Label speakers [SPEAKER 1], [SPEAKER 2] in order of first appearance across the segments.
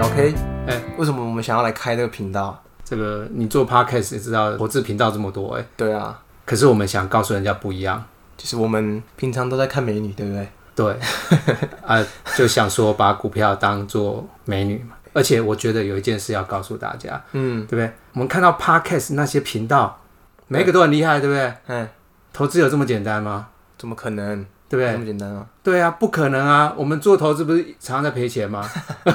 [SPEAKER 1] OK，
[SPEAKER 2] 哎
[SPEAKER 1] 为什么我们想要来开这个频道？
[SPEAKER 2] 这个你做 podcast 也知道，国字频道这么多哎、
[SPEAKER 1] 对啊，
[SPEAKER 2] 可是我们想告诉人家不一样，
[SPEAKER 1] 就是我们平常都在看美女，对不对？
[SPEAKER 2] 对， 啊，就想说把股票当做美女嘛。而且我觉得有一件事要告诉大家，
[SPEAKER 1] 嗯
[SPEAKER 2] 对不对？我们看到 podcast 那些频道，每一个都很厉害，对不对？
[SPEAKER 1] 嗯，
[SPEAKER 2] 投资有这么简单吗？
[SPEAKER 1] 怎么可能？
[SPEAKER 2] 对不
[SPEAKER 1] 这
[SPEAKER 2] 对？
[SPEAKER 1] 么简单啊？
[SPEAKER 2] 对啊，不可能啊！我们做投资不是常常在赔钱吗？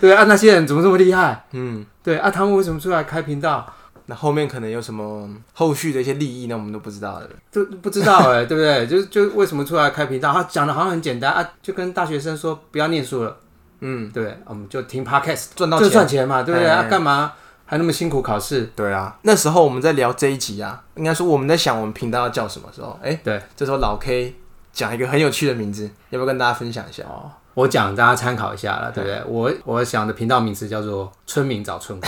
[SPEAKER 2] 对啊，那些人怎么这么厉害？
[SPEAKER 1] 嗯，
[SPEAKER 2] 对啊，他们为什么出来开频道？
[SPEAKER 1] 那后面可能有什么后续的一些利益呢？我们都不知道的。
[SPEAKER 2] 都不知道哎、 对不对？就是就为什么出来开频道？他讲的好像很简单啊，就跟大学生说不要念书了，
[SPEAKER 1] 嗯，
[SPEAKER 2] 对不对？我们就听 podcast，
[SPEAKER 1] 赚到
[SPEAKER 2] 就
[SPEAKER 1] 钱。
[SPEAKER 2] 赚钱嘛，对不对？
[SPEAKER 1] 哎
[SPEAKER 2] 啊，干嘛还那么辛苦考试？
[SPEAKER 1] 对啊，那时候我们在聊这一集啊，应该说我们在想我们频道要叫什么时候？哎、
[SPEAKER 2] 对，
[SPEAKER 1] 这时候老 K 讲一个很有趣的名字，要不要跟大家分享一下？哦，
[SPEAKER 2] 我讲大家参考一下了，对不
[SPEAKER 1] 哎
[SPEAKER 2] 对？我我想的频道名字叫做“村民找 村姑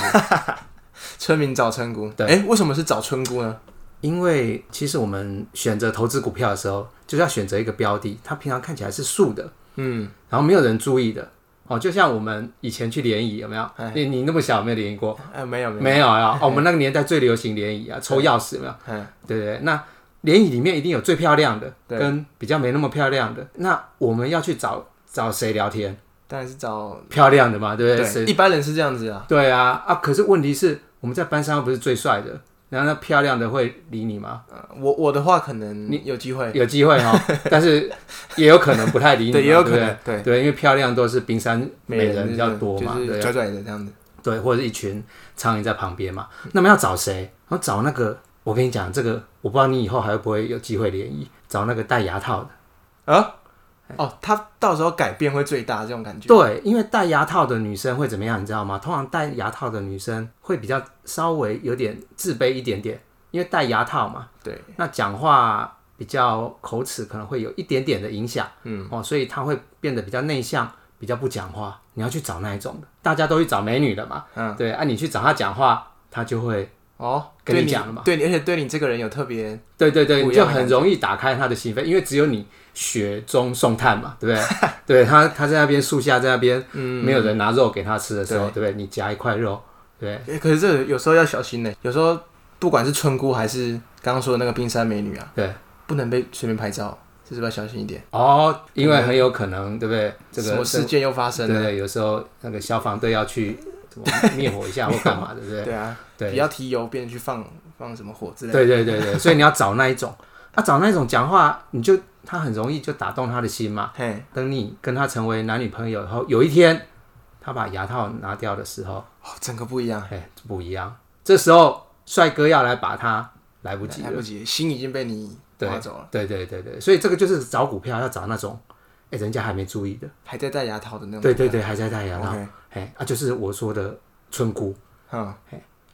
[SPEAKER 1] 村民找村姑。
[SPEAKER 2] 对
[SPEAKER 1] 哎、为什么是找村姑呢？”，
[SPEAKER 2] 因为其实我们选择投资股票的时候，就是要选择一个标的，它平常看起来是素的，
[SPEAKER 1] 嗯，
[SPEAKER 2] 然后没有人注意的。哦，就像我们以前去联谊有没有？你你那么小有没有联谊过？
[SPEAKER 1] 哎、没有没有，
[SPEAKER 2] 没 有啊、哦我们那个年代最流行联谊啊，抽钥匙有没有？
[SPEAKER 1] 嗯，
[SPEAKER 2] 对对对，那联谊里面一定有最漂亮的，
[SPEAKER 1] 对
[SPEAKER 2] 跟比较没那么漂亮的。那我们要去找找谁聊天？
[SPEAKER 1] 当然是找
[SPEAKER 2] 漂亮的嘛，对不对？谁
[SPEAKER 1] 对，一般人是这样子啊。
[SPEAKER 2] 对啊啊！可是问题是，我们在班上又不是最帅的，然后那漂亮的会理你吗？
[SPEAKER 1] 呃我我的话可能你有机会，
[SPEAKER 2] 有机会 哈、但是也有可能不太理你嘛，
[SPEAKER 1] 对，也有
[SPEAKER 2] 不
[SPEAKER 1] 可能，对，
[SPEAKER 2] 对对，因为漂亮都是冰山美人比
[SPEAKER 1] 比
[SPEAKER 2] 较多嘛，
[SPEAKER 1] 就
[SPEAKER 2] 对
[SPEAKER 1] 是拽拽的这样子。
[SPEAKER 2] 对，或者是一群苍蝇在旁边嘛。那么要找谁？然后找那个，我跟你讲，这个我不知道你以后还会不会有机会联谊，找那个戴牙套的。哎
[SPEAKER 1] 哦，他到时候改变会最大这种感觉。
[SPEAKER 2] 对，因为戴牙套的女生会怎么样，你知道吗？通常戴牙套的女生会比较稍微有点自卑一点点，因为戴牙套嘛，
[SPEAKER 1] 对，
[SPEAKER 2] 那讲话比较口齿可能会有一点点的影响，嗯，哦，所以她会变得比较内向，比较不讲话。你要去找那一种的，大家都去找美女的嘛，嗯，对，啊，你去找她讲话，她就会。
[SPEAKER 1] 哦，
[SPEAKER 2] 跟你
[SPEAKER 1] 对
[SPEAKER 2] 讲了嘛
[SPEAKER 1] 对你，而且对你这个人有特别，
[SPEAKER 2] 对对对，
[SPEAKER 1] 不
[SPEAKER 2] 你
[SPEAKER 1] 一样
[SPEAKER 2] 就
[SPEAKER 1] 的
[SPEAKER 2] 很容易打开他的心扉，因为只有你雪中送炭嘛，对不 对？对他，他在那边树下，在那边、
[SPEAKER 1] 嗯
[SPEAKER 2] 没有人拿肉给他吃的时候，对不对？你夹一块肉，对
[SPEAKER 1] 诶可是这个有时候要小心呢。有时候不管是村姑还是刚刚说的那个冰山美女啊，
[SPEAKER 2] 不对对。
[SPEAKER 1] 不能被随便拍照，这是不是要小心一点？
[SPEAKER 2] 哦，因为很有可能，对不对？这
[SPEAKER 1] 什
[SPEAKER 2] 个
[SPEAKER 1] 么事件又发生
[SPEAKER 2] 对
[SPEAKER 1] 了？
[SPEAKER 2] 对，有时候那个消防队要去怎么灭火一下或干嘛，对 不对？
[SPEAKER 1] 对啊，不
[SPEAKER 2] 对
[SPEAKER 1] 要提油变去放放什么火之类的。
[SPEAKER 2] 对对对对，所以你要找那一种，啊，找那一种讲话，你就他很容易就打动他的心嘛。
[SPEAKER 1] 嘿，
[SPEAKER 2] 等你跟他成为男女朋友以后，有一天他把牙套拿掉的时候。
[SPEAKER 1] 哦，整个不一样，
[SPEAKER 2] 哎，不一样。这时候帅哥要来把他来不及
[SPEAKER 1] 来
[SPEAKER 2] 了。
[SPEAKER 1] 不及，心已经被你
[SPEAKER 2] 对
[SPEAKER 1] 划走了，
[SPEAKER 2] 对对对对，所以这个就是找股票要找那种，哎，人家还没注意的。
[SPEAKER 1] 还在戴牙套的那种。
[SPEAKER 2] 对对对，还在戴牙
[SPEAKER 1] 嗯
[SPEAKER 2] 套
[SPEAKER 1] OK。
[SPEAKER 2] 哎，啊，就是我说的村姑。
[SPEAKER 1] 嗯，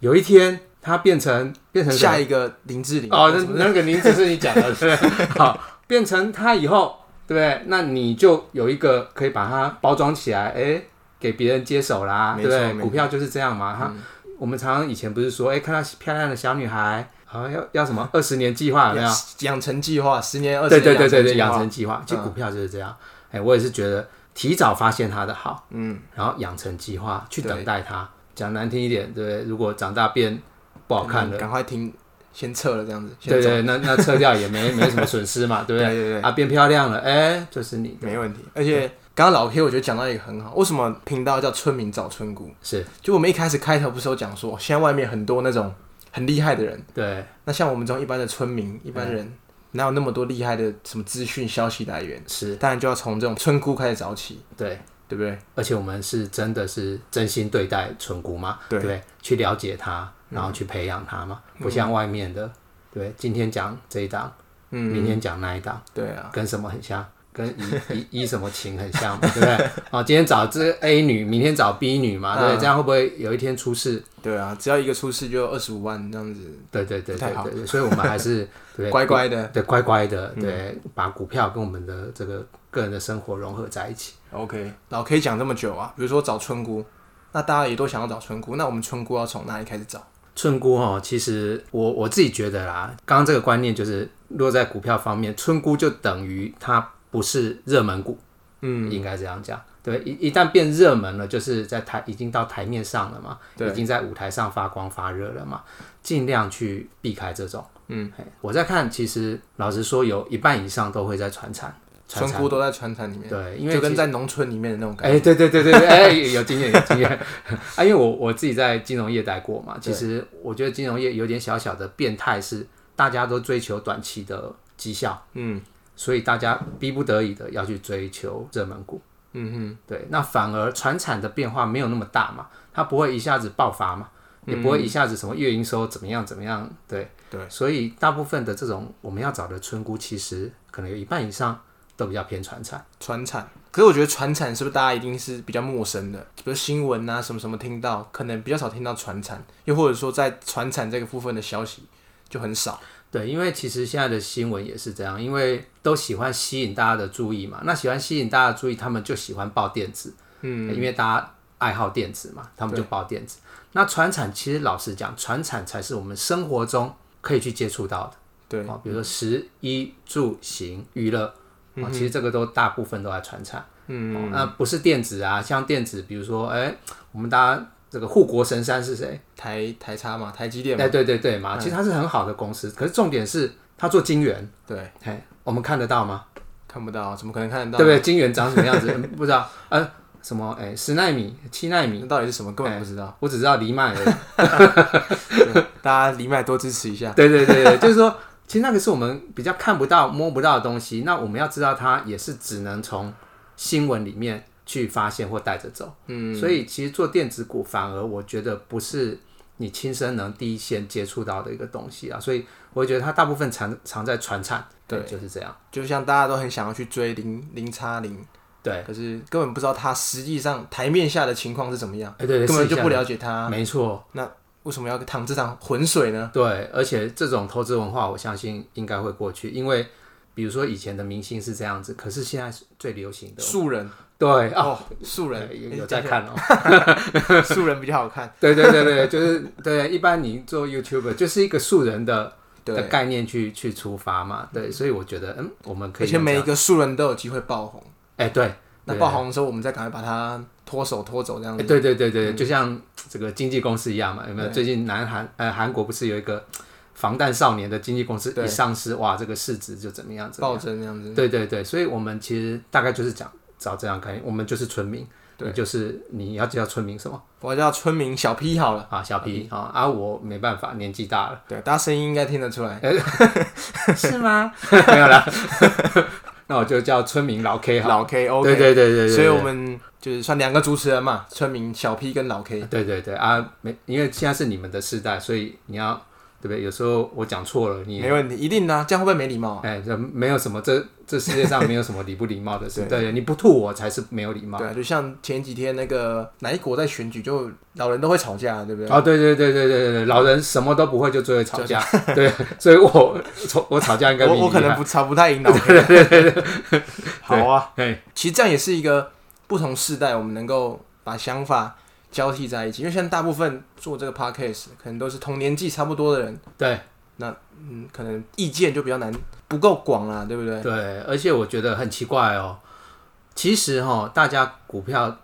[SPEAKER 2] 有一天他变成变成谁
[SPEAKER 1] 下一个林志玲
[SPEAKER 2] 嗯哦，
[SPEAKER 1] 什么
[SPEAKER 2] 那那个名字是你讲的， 对不对？好，变成他以后，对不对？那你就有一个可以把它包装起来，哎，给别人接手啦，
[SPEAKER 1] 没
[SPEAKER 2] 对不
[SPEAKER 1] 错
[SPEAKER 2] 对？
[SPEAKER 1] 没错嗯
[SPEAKER 2] 股票就是这样嘛。哈，我们常常以前不是说，哎，看到漂亮的小女孩，好像要要什么二十年计啊划有没有？
[SPEAKER 1] 养成计划，十年、二十
[SPEAKER 2] 对
[SPEAKER 1] 年
[SPEAKER 2] 对对对对，
[SPEAKER 1] 养
[SPEAKER 2] 养
[SPEAKER 1] 成
[SPEAKER 2] 成计划，
[SPEAKER 1] 嗯
[SPEAKER 2] 其实股票就是这样。哎，我也是觉得提早发现它的好，嗯，然后养成计划去等待它。讲难听一点，对不对？如果长大变不
[SPEAKER 1] 不
[SPEAKER 2] 好看了。
[SPEAKER 1] 嗯赶快停，先撤了这样子。先
[SPEAKER 2] 对
[SPEAKER 1] 走
[SPEAKER 2] 对，那那撤掉也没没什么损失嘛，对不对？
[SPEAKER 1] 对对对
[SPEAKER 2] 啊，变漂亮了，哎，就是你
[SPEAKER 1] 没问题。而且刚刚老 K 我觉得讲到一个很好，为什么频道叫村民找村姑？
[SPEAKER 2] 是
[SPEAKER 1] 就我们一开始开头不是有讲说，现在外面很多那种很厉害的人，
[SPEAKER 2] 对
[SPEAKER 1] 那像我们这种一般的村民、一般
[SPEAKER 2] 嗯
[SPEAKER 1] 人，哪有那么多厉害的什么资讯消息来源？
[SPEAKER 2] 是，
[SPEAKER 1] 当然就要从这种村姑开始找起，
[SPEAKER 2] 对，
[SPEAKER 1] 对不对？
[SPEAKER 2] 而且我们是真的是真心对待纯姑嘛，
[SPEAKER 1] 对
[SPEAKER 2] 不对？去了解她，然后去培养她嘛，不像外面的，对，今天讲这一档，
[SPEAKER 1] 嗯
[SPEAKER 2] 明天讲那一档，
[SPEAKER 1] 对啊，
[SPEAKER 2] 跟什么很像？跟以以以什么情很像嘛，对不对？ 哦，今天找这 A 女，明天找 B 女嘛，
[SPEAKER 1] 嗯
[SPEAKER 2] 对不对？这样会不会有一天出事？
[SPEAKER 1] 对啊，只要一个出事就二十五万这样子，
[SPEAKER 2] 对对对
[SPEAKER 1] 不太
[SPEAKER 2] 对
[SPEAKER 1] 好
[SPEAKER 2] 对，对所以我们还是 对不对
[SPEAKER 1] 乖嗯乖的。
[SPEAKER 2] 对，乖乖的，对，把股票跟我们的这个个人的生活融合在一起。
[SPEAKER 1] OK，老 K 讲这么久啊，比如说找村姑，那大家也都想要找村姑，那我们村姑要从哪里开始找？
[SPEAKER 2] 村姑哦，其实我我自己觉得啦，刚刚这个观念就是落在股票方面，村姑就等于它不是热门股，嗯，应该这样讲。对，一一旦变热门了，就是在台已经到台面上了嘛，
[SPEAKER 1] 对
[SPEAKER 2] 已经在舞台上发光发热了嘛，尽量去避开这种。
[SPEAKER 1] 嗯
[SPEAKER 2] 嘿，我在看，其实老实说，有一半以上都会在传产，传
[SPEAKER 1] 村
[SPEAKER 2] 产
[SPEAKER 1] 姑都在川产里面，
[SPEAKER 2] 对，因为
[SPEAKER 1] 就跟
[SPEAKER 2] 其
[SPEAKER 1] 在农村里面的那种感
[SPEAKER 2] 哎、对对对对对，哎、有经验有经验 啊！因为我我自己在金融业待过嘛，其实我觉得金融业有点小小的变态，是大家都追求短期的绩效，
[SPEAKER 1] 觉。嗯
[SPEAKER 2] 所以大家逼不得已的要去追求热门股。
[SPEAKER 1] 嗯
[SPEAKER 2] 对，那反而船产的变化没有那么大嘛，它不会一下子爆发嘛，也不会一下子什么月营收怎么样怎么样，对
[SPEAKER 1] 哼，嗯对，
[SPEAKER 2] 所以大部分的这种我们要找的村姑，其实可能有一半以上都比较偏船产。
[SPEAKER 1] 川产。可是我觉得传产是不是大家一定是比较陌生的？比如新闻啊什么什么听到，可能比较少听到传产，又或者说在传产这个部分的消息就很少。
[SPEAKER 2] 对，因为其实现在的新闻也是这样，因为都喜欢吸引大家的注意嘛。那喜欢吸引大家的注意，他们就喜欢报电子，嗯，因为大家爱好电子嘛，他们就报电子。那传产其实老实讲，传产才是我们生活中可以去接触到的，
[SPEAKER 1] 对，
[SPEAKER 2] 哦，比如说食衣住行娱乐，哦，其实这个都大部分都在传产，嗯、哦，那不是电子啊，像电子，比如说，哎，我们大家这个护国神山是谁？
[SPEAKER 1] 台台差嘛，台积电嘛，
[SPEAKER 2] 哎，对对对嘛，其实它是很好的公司，可是重点是它做晶圆。
[SPEAKER 1] 对，
[SPEAKER 2] 嘿，我们看得到吗？
[SPEAKER 1] 看不到，怎么可能看得
[SPEAKER 2] 对
[SPEAKER 1] 到？
[SPEAKER 2] 不对？晶圆长什么 样子？嗯不知道。呃，什么？哎，十纳米、七纳米，啊
[SPEAKER 1] 那到底是什么根
[SPEAKER 2] 哎
[SPEAKER 1] 本不知道。
[SPEAKER 2] 我只知道藜麦而已。啊
[SPEAKER 1] 对 大家李麦多支持一 下。
[SPEAKER 2] 对对对对，就是说，其实那个是我们比较看不到、摸不到的东西。那我们要知道它，也是只能从新闻里面去发现或带着走。嗯，所以其实做电子股，反而我觉得不是你亲身能第一线接触到的一个东西啊。所以我觉得它大部分藏藏在传产，
[SPEAKER 1] 对，
[SPEAKER 2] 就是这样。
[SPEAKER 1] 就像大家都很想要去追零零叉零，
[SPEAKER 2] 对，
[SPEAKER 1] 可是根本不知道它实际上台面下的情况是怎么样，
[SPEAKER 2] 哎对，
[SPEAKER 1] 根本
[SPEAKER 2] 试
[SPEAKER 1] 就
[SPEAKER 2] 一下
[SPEAKER 1] 不了解它，
[SPEAKER 2] 没错。
[SPEAKER 1] 为什么要淌这场浑水呢？
[SPEAKER 2] 对，而且这种投资文化，我相信应该会过去，因为比如说以前的明星是这样子，可是现在是最流行的，
[SPEAKER 1] 素人
[SPEAKER 2] 对啊，
[SPEAKER 1] 哦，素人
[SPEAKER 2] 对有
[SPEAKER 1] 哎
[SPEAKER 2] 有在
[SPEAKER 1] 等
[SPEAKER 2] 看哦，
[SPEAKER 1] 一下素人比较好 看，
[SPEAKER 2] 对对对对，就是对，一般你做 YouTuber 就是一个素人的的
[SPEAKER 1] 对，
[SPEAKER 2] 概念去去出发嘛，对，所以我觉得嗯，我们可
[SPEAKER 1] 而
[SPEAKER 2] 以
[SPEAKER 1] 且
[SPEAKER 2] 用这
[SPEAKER 1] 每一
[SPEAKER 2] 样，
[SPEAKER 1] 个素人都有机会爆红，
[SPEAKER 2] 哎对，
[SPEAKER 1] 那
[SPEAKER 2] 对
[SPEAKER 1] 爆红的时候，我们再赶快把它脱手拖走这样
[SPEAKER 2] 哎
[SPEAKER 1] 子，
[SPEAKER 2] 对对对对，就像这个经纪公司一样嘛，有没有？
[SPEAKER 1] 对
[SPEAKER 2] 最近南韩呃韩国不是有一个防弹少年的经纪公司
[SPEAKER 1] 对
[SPEAKER 2] 一上市，哇，这个市值就怎么样怎么样
[SPEAKER 1] 暴增这样子，
[SPEAKER 2] 对对对，所以我们其实大概就是讲找这样概念，我们就是村民，
[SPEAKER 1] 对
[SPEAKER 2] 你就是你要叫村民什么
[SPEAKER 1] 哦我叫村民小 P 好了，
[SPEAKER 2] 啊？小 P 啊啊，我没办法，年纪大 了，
[SPEAKER 1] 对，大家声音应该听得出来，
[SPEAKER 2] 是吗？ 没有啦，那我就叫村民老 K 好了。
[SPEAKER 1] 老 K OK，
[SPEAKER 2] 对对对对对，
[SPEAKER 1] 所以我们就是算两个主持人嘛，村民小 P 跟老 K，
[SPEAKER 2] 对对对啊，没，因为现在是你们的世代，所以你要对不对？有时候我讲错了，你
[SPEAKER 1] 没问题，一定的啊，这样会不会没礼貌啊？
[SPEAKER 2] 哎，这没有什么，这这世界上没有什么礼不礼貌的事，
[SPEAKER 1] 对
[SPEAKER 2] 对，你不吐我才是没有礼貌。
[SPEAKER 1] 对啊，就像前几天那个哪一国在选举，就老人都会吵架，对不啊对？
[SPEAKER 2] 哦，对对对对对对对，老人什么都不会，就最会吵架。对， 所以我吵我吵架应该比
[SPEAKER 1] 我
[SPEAKER 2] 你
[SPEAKER 1] 我可能
[SPEAKER 2] 厉害
[SPEAKER 1] 不吵不太赢老 K，好啊，
[SPEAKER 2] 对
[SPEAKER 1] 其实这样也是一个不同世代我们能够把想法交替在一起，因为现在大部分做这个 podcast 可能都是同年纪差不多的人，
[SPEAKER 2] 对
[SPEAKER 1] 嗯，可能意见就比较难，不够广啊啦，对不对？
[SPEAKER 2] 对，而且我觉得很奇怪哦。其实哈、大家股票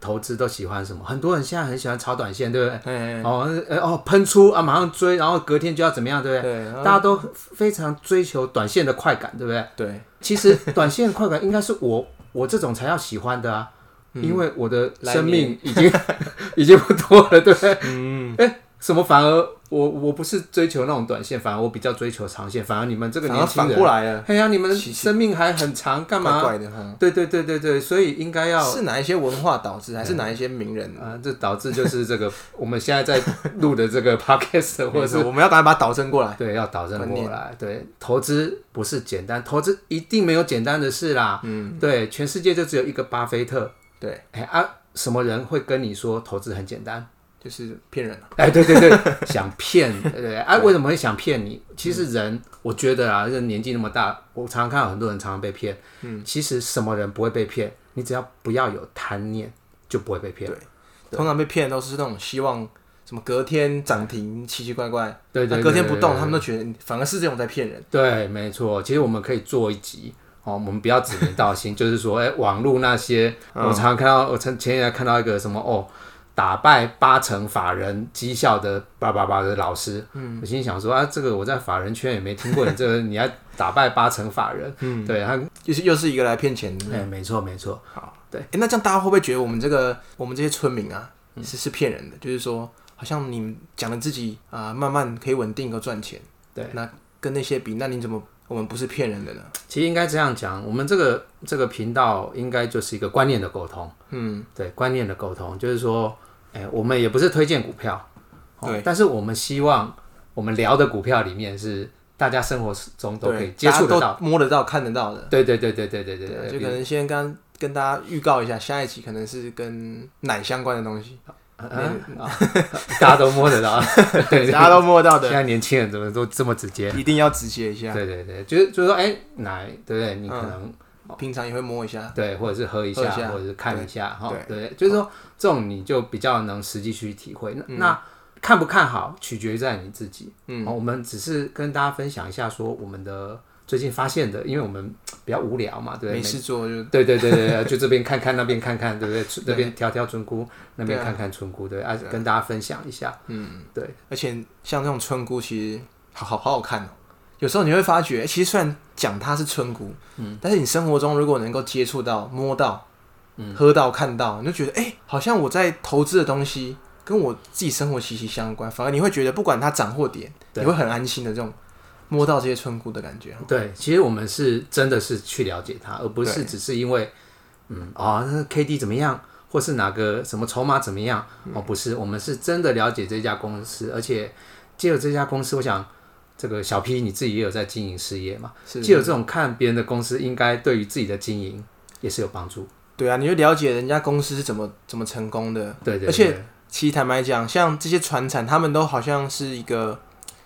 [SPEAKER 2] 投资都喜欢什么？很多人现在很喜欢炒短线，对不对？
[SPEAKER 1] 哎，
[SPEAKER 2] 哦呃哦，喷出啊，马上追，然后隔天就要怎么样，对不对？
[SPEAKER 1] 对
[SPEAKER 2] 大家都非常追求短线的快感，对不对？
[SPEAKER 1] 对，
[SPEAKER 2] 其实短线快感应该是我 我这种才要喜欢的啊，
[SPEAKER 1] 嗯
[SPEAKER 2] 因为我的生命已经 已经不多了，对不对？嗯，哎、什么反而我我不是追求那种短线，反而我比较追求长线，反而你们这个
[SPEAKER 1] 然后
[SPEAKER 2] 年轻
[SPEAKER 1] 反
[SPEAKER 2] 人，
[SPEAKER 1] 过来了，
[SPEAKER 2] 哎呀，你们的
[SPEAKER 1] 其实
[SPEAKER 2] 生命还很长，干嘛？
[SPEAKER 1] 怪怪的哈。
[SPEAKER 2] 对对对对对，所以应该要嗯
[SPEAKER 1] 是哪一些文化导致，还是哪一些名人？
[SPEAKER 2] 啊、这导致就是这个 我们现在在录的这个 podcast 或者
[SPEAKER 1] 或者
[SPEAKER 2] 是
[SPEAKER 1] 是我们要赶快把它导正过来？
[SPEAKER 2] 对，要导正
[SPEAKER 1] 观
[SPEAKER 2] 过
[SPEAKER 1] 念
[SPEAKER 2] 来。对，投资不是简单，投资一定没有简单的事啦。嗯，对，全世界就只有一个巴菲特。
[SPEAKER 1] 对，
[SPEAKER 2] 哎啊，什么人会跟你说投资很简单？
[SPEAKER 1] 就是骗人了。啊
[SPEAKER 2] 哎，对对对，想骗，对对对啊，为什么会想骗你？其实人，我觉得啊，这年纪那么大，我常常看到很多人常常被骗。嗯，其实什么人不会被骗？你只要不要有贪念，就不会被骗。
[SPEAKER 1] 通常被骗的都是那种希望什么隔天涨停，奇奇怪怪，
[SPEAKER 2] 对对对
[SPEAKER 1] 那隔天
[SPEAKER 2] 对
[SPEAKER 1] 不
[SPEAKER 2] 对
[SPEAKER 1] 动，
[SPEAKER 2] 对
[SPEAKER 1] 他们都觉得反而是这种在骗人。
[SPEAKER 2] 对，没错。其实我们可以做一集哦，我们不要指名道 姓，就是说，哎、网络那些，我常常看到，我前前几天看到一个什么哦，打败八成法人绩效的叭叭叭的老师，嗯，我心里想说啊，这个我在法人圈也没听过，你这个你要打败八成法人，嗯，对，他，
[SPEAKER 1] 就是又是一个来骗钱的。
[SPEAKER 2] 哎、没错没错，
[SPEAKER 1] 诶那这样大家会不会觉得我们这个我们这些村民啊，
[SPEAKER 2] 嗯
[SPEAKER 1] 是是骗人的？就是说，好像你们讲的自己啊、慢慢可以稳定和赚钱，
[SPEAKER 2] 对，
[SPEAKER 1] 那跟那些比，那你怎么我们不是骗人的呢？
[SPEAKER 2] 其实应该这样讲，我们这个这个频道应该就是一个观念的沟通，嗯，对，观念的沟通，就是说，哎、我们也不是推荐股票，哦
[SPEAKER 1] 对，
[SPEAKER 2] 但是我们希望我们聊的股票里面是大家生活中都可以
[SPEAKER 1] 对
[SPEAKER 2] 接
[SPEAKER 1] 大
[SPEAKER 2] 触得
[SPEAKER 1] 家
[SPEAKER 2] 到，
[SPEAKER 1] 都摸得到、看得到的。
[SPEAKER 2] 对对对对对对对
[SPEAKER 1] 对，啊
[SPEAKER 2] 对，
[SPEAKER 1] 就
[SPEAKER 2] 比
[SPEAKER 1] 可能先跟跟大家预告一下，下一期可能是跟奶相关的东西，
[SPEAKER 2] 啊啊， 大家都摸得到，对，
[SPEAKER 1] 大家都摸到
[SPEAKER 2] 现
[SPEAKER 1] 的，啊
[SPEAKER 2] 在年轻人怎么都这么直接？
[SPEAKER 1] 一定要直接一下。
[SPEAKER 2] 对对对，就是就是说，哎、奶，对不对？你可能、
[SPEAKER 1] 平常也会摸一下，
[SPEAKER 2] 对，或者是喝一
[SPEAKER 1] 喝
[SPEAKER 2] 下，
[SPEAKER 1] 一下
[SPEAKER 2] 或者是看一下，哈，对，
[SPEAKER 1] 对
[SPEAKER 2] 就是说这种你就比较能实际去体会。那、那看不看好，取决于在你自己。嗯、我们只是跟大家分享一下，说我们的最近发现的，因为我们比较无聊啊嘛，对不
[SPEAKER 1] 没
[SPEAKER 2] 对？
[SPEAKER 1] 事做就
[SPEAKER 2] 对对对对对，就这边看看，那边看看，对不对？那边挑挑村姑，那边
[SPEAKER 1] 对啊
[SPEAKER 2] 看看村姑，对不对，啊，跟大家分享一下。嗯，对。
[SPEAKER 1] 而且像这种村姑，其实好好好好看哦。有时候你会发觉，欸其实虽然讲它是村姑，嗯，但是你生活中如果能够接触到、摸到、
[SPEAKER 2] 嗯
[SPEAKER 1] 喝到、看到，你就觉得，哎、好像我在投资的东西跟我自己生活息息相关，反而你会觉得，不管它涨或跌，你
[SPEAKER 2] 对
[SPEAKER 1] 会很安心的这种摸到这些村姑的感觉。
[SPEAKER 2] 对，其实我们是真的是去了解它，而不是
[SPEAKER 1] 对
[SPEAKER 2] 只是因为，嗯，哦，那 K D 怎么样，或是哪个什么筹码怎么样，
[SPEAKER 1] 嗯
[SPEAKER 2] 哦，不是，我们是真的了解这家公司，而且借由这家公司，我想这个小 P 你自己也有在经营事业嘛，
[SPEAKER 1] 是
[SPEAKER 2] 借由这种看别人的公司，应该对于自己的经营也是有帮助。
[SPEAKER 1] 对啊，你就了解人家公司是怎么怎么成功的，
[SPEAKER 2] 对对
[SPEAKER 1] 嗯
[SPEAKER 2] 对，
[SPEAKER 1] 而且其实坦白讲，像这些船产，他们都好像是一个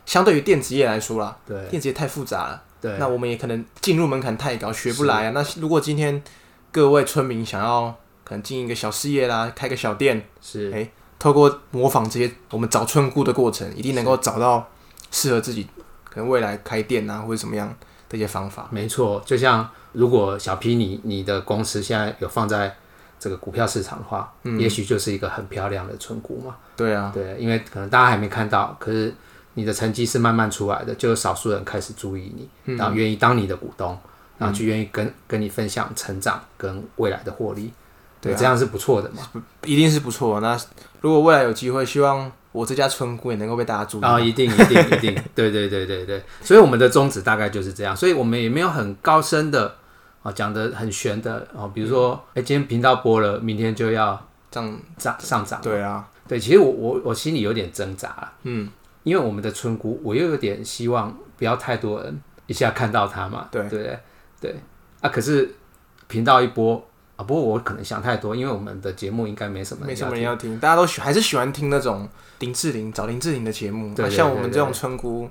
[SPEAKER 1] 相对于电子业来说啦，
[SPEAKER 2] 对
[SPEAKER 1] 电子业太复杂了。
[SPEAKER 2] 对
[SPEAKER 1] 那我们也可能进入门槛太高，学不来啊。那如果今天各位村民想要可能经营一个小事业啦，开个小店，
[SPEAKER 2] 是
[SPEAKER 1] 哎透过模仿这些我们找村姑的过程，一定能够找到适合自己可能未来开店啊或者怎么样的一些方法。
[SPEAKER 2] 没错，就像如果小 P 你你的公司现在有放在这个股票市场的话，
[SPEAKER 1] 嗯
[SPEAKER 2] 也许就是一个很漂亮的存股嘛。
[SPEAKER 1] 对啊，
[SPEAKER 2] 对，因为可能大家还没看到，可是你的成绩是慢慢出来的，就有少数人开始注意
[SPEAKER 1] 嗯
[SPEAKER 2] 你，然后愿意当你的股东，然后去愿意跟跟你分享成长跟未来的获利，
[SPEAKER 1] 对啊
[SPEAKER 2] 这样是不错的嘛。
[SPEAKER 1] 一定是不错啊。那如果未来有机会，希望我这家村姑也能够被大家注意。
[SPEAKER 2] 啊、一定一定一定， 对对对对对，所以我们的宗旨大概就是这样，所以我们也没有很高深的啊，讲的很玄的哦，比如说，
[SPEAKER 1] 嗯
[SPEAKER 2] 哎、今天频道播了，明天就要
[SPEAKER 1] 这样
[SPEAKER 2] 涨上涨，
[SPEAKER 1] 对啊，
[SPEAKER 2] 对，其实我我我心里有点挣扎啦，
[SPEAKER 1] 嗯，
[SPEAKER 2] 因为我们的村姑，我又有点希望不要太多人一下看到他嘛，
[SPEAKER 1] 对
[SPEAKER 2] 对不对对啊，可是频道一播啊，不过我可能想太多，因为我们的节目应该没什么人
[SPEAKER 1] 没什么
[SPEAKER 2] 要
[SPEAKER 1] 人要听，大家都喜还是喜欢听那种林志玲找林志玲的节目，
[SPEAKER 2] 对
[SPEAKER 1] 啊
[SPEAKER 2] 对
[SPEAKER 1] 像
[SPEAKER 2] 对
[SPEAKER 1] 我们
[SPEAKER 2] 对
[SPEAKER 1] 这种村姑，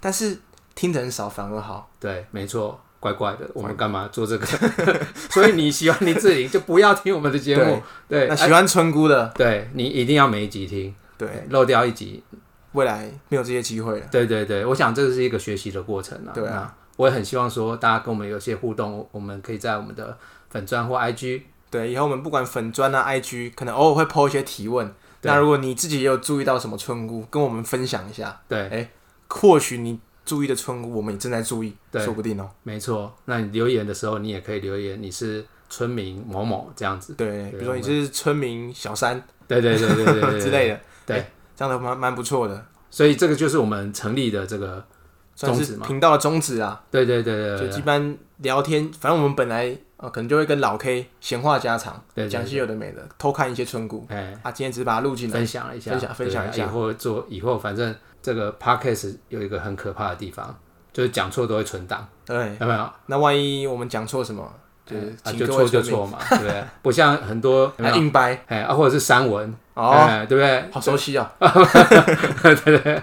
[SPEAKER 1] 但是听的人少反而好。
[SPEAKER 2] 对，没错，怪怪的，我们干嘛做这个？ 所以你喜欢林志玲就不要听我们的节目，对，
[SPEAKER 1] 那
[SPEAKER 2] 哎
[SPEAKER 1] 喜欢村姑的，
[SPEAKER 2] 对你一定要每一集听，
[SPEAKER 1] 对，
[SPEAKER 2] 漏掉一集，
[SPEAKER 1] 未来没有这些机会了。
[SPEAKER 2] 对对对，我想这是一个学习的过程啊。
[SPEAKER 1] 对
[SPEAKER 2] 啊，我也很希望说大家跟我们有些互动，我们可以在我们的粉砖或 IG，
[SPEAKER 1] 对，以后我们不管粉砖啊、IG，可能偶尔会 PO 一些提问。
[SPEAKER 2] 对
[SPEAKER 1] 那如果你自己也有注意到什么村姑，跟我们分享一下。
[SPEAKER 2] 对，
[SPEAKER 1] 或许你注意的村姑，我们也正在注意，
[SPEAKER 2] 对
[SPEAKER 1] 说不定哦。
[SPEAKER 2] 没错，那你留言的时候，你也可以留言你是村民某某这样子，
[SPEAKER 1] 对，比如说你
[SPEAKER 2] 我
[SPEAKER 1] 是村民小三
[SPEAKER 2] 对对对对对 对
[SPEAKER 1] 之类的，
[SPEAKER 2] 对
[SPEAKER 1] 哎，这样的蛮蛮不错的，
[SPEAKER 2] 所以这个就是我们成立的这个
[SPEAKER 1] 算
[SPEAKER 2] 宗
[SPEAKER 1] 是
[SPEAKER 2] 旨嘛。
[SPEAKER 1] 频道的宗旨啊。
[SPEAKER 2] 对对对对
[SPEAKER 1] 就
[SPEAKER 2] 对
[SPEAKER 1] 一般聊天，反正我们本来呃可能就会跟老 K 闲话家常，
[SPEAKER 2] 对对
[SPEAKER 1] 讲些有的没的，偷看一些村姑
[SPEAKER 2] 对，哎，
[SPEAKER 1] 啊，今天只是把它录进来，
[SPEAKER 2] 分享了一下，
[SPEAKER 1] 分享分享一下
[SPEAKER 2] 对以后做以后，反正这个 podcast 有一个很可怕的地方，就是讲错都会存档，
[SPEAKER 1] 对，
[SPEAKER 2] 有没有？
[SPEAKER 1] 那万一我们讲错什么，就是
[SPEAKER 2] 啊，
[SPEAKER 1] 请
[SPEAKER 2] 就
[SPEAKER 1] 各位
[SPEAKER 2] 错就
[SPEAKER 1] 村民
[SPEAKER 2] 错嘛，对不对？不像 很多有没
[SPEAKER 1] 还
[SPEAKER 2] 有？
[SPEAKER 1] 硬掰
[SPEAKER 2] 哎，啊，或者是删文，
[SPEAKER 1] 哦，
[SPEAKER 2] 哎，对不对？
[SPEAKER 1] 好熟 悉哦，
[SPEAKER 2] 对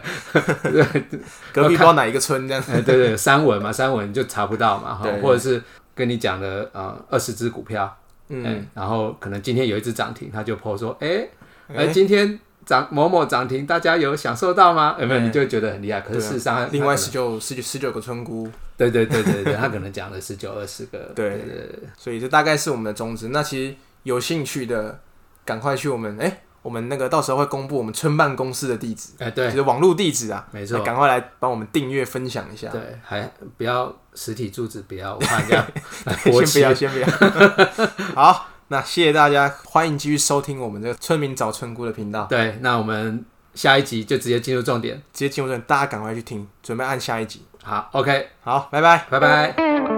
[SPEAKER 1] 隔壁不知道哪一个村这样，
[SPEAKER 2] 哎，对对，删文嘛， 删文就查不到嘛，哈
[SPEAKER 1] 对，
[SPEAKER 2] 或者是跟你讲的呃二十只股票，
[SPEAKER 1] 嗯，
[SPEAKER 2] 哎，然后可能今天有一只涨停，他就 po 说，哎，哎，
[SPEAKER 1] 哎
[SPEAKER 2] 今天涨某某涨停，大家有享受到吗？有没有？
[SPEAKER 1] 哎
[SPEAKER 2] 你就会觉得很厉害，可是
[SPEAKER 1] 对啊
[SPEAKER 2] 事实上，
[SPEAKER 1] 另外十九十九十九个村姑
[SPEAKER 2] 对对对对对，他可能讲了十九二十个，
[SPEAKER 1] 对
[SPEAKER 2] 对对对
[SPEAKER 1] 所以这大概是我们的宗旨。那其实有兴趣的，赶快去我们哎、我们那个到时候会公布我们村办公室的地址，
[SPEAKER 2] 哎
[SPEAKER 1] 就
[SPEAKER 2] 对
[SPEAKER 1] 是网络地址啊，
[SPEAKER 2] 没错
[SPEAKER 1] 赶快来帮我们订阅分享一下。
[SPEAKER 2] 对，还不要实体住址，不要我怕人家来
[SPEAKER 1] 先
[SPEAKER 2] 驳
[SPEAKER 1] 不
[SPEAKER 2] 斥。
[SPEAKER 1] 要，先不要。 好，那谢谢大家，欢迎继续收听我们这个村民找村姑的频道，
[SPEAKER 2] 对，那我们下一集就直接进入重点。
[SPEAKER 1] 直接进入正，大家赶快去听，准备按下一集。
[SPEAKER 2] 好，OK，
[SPEAKER 1] 好，拜拜。
[SPEAKER 2] 拜拜。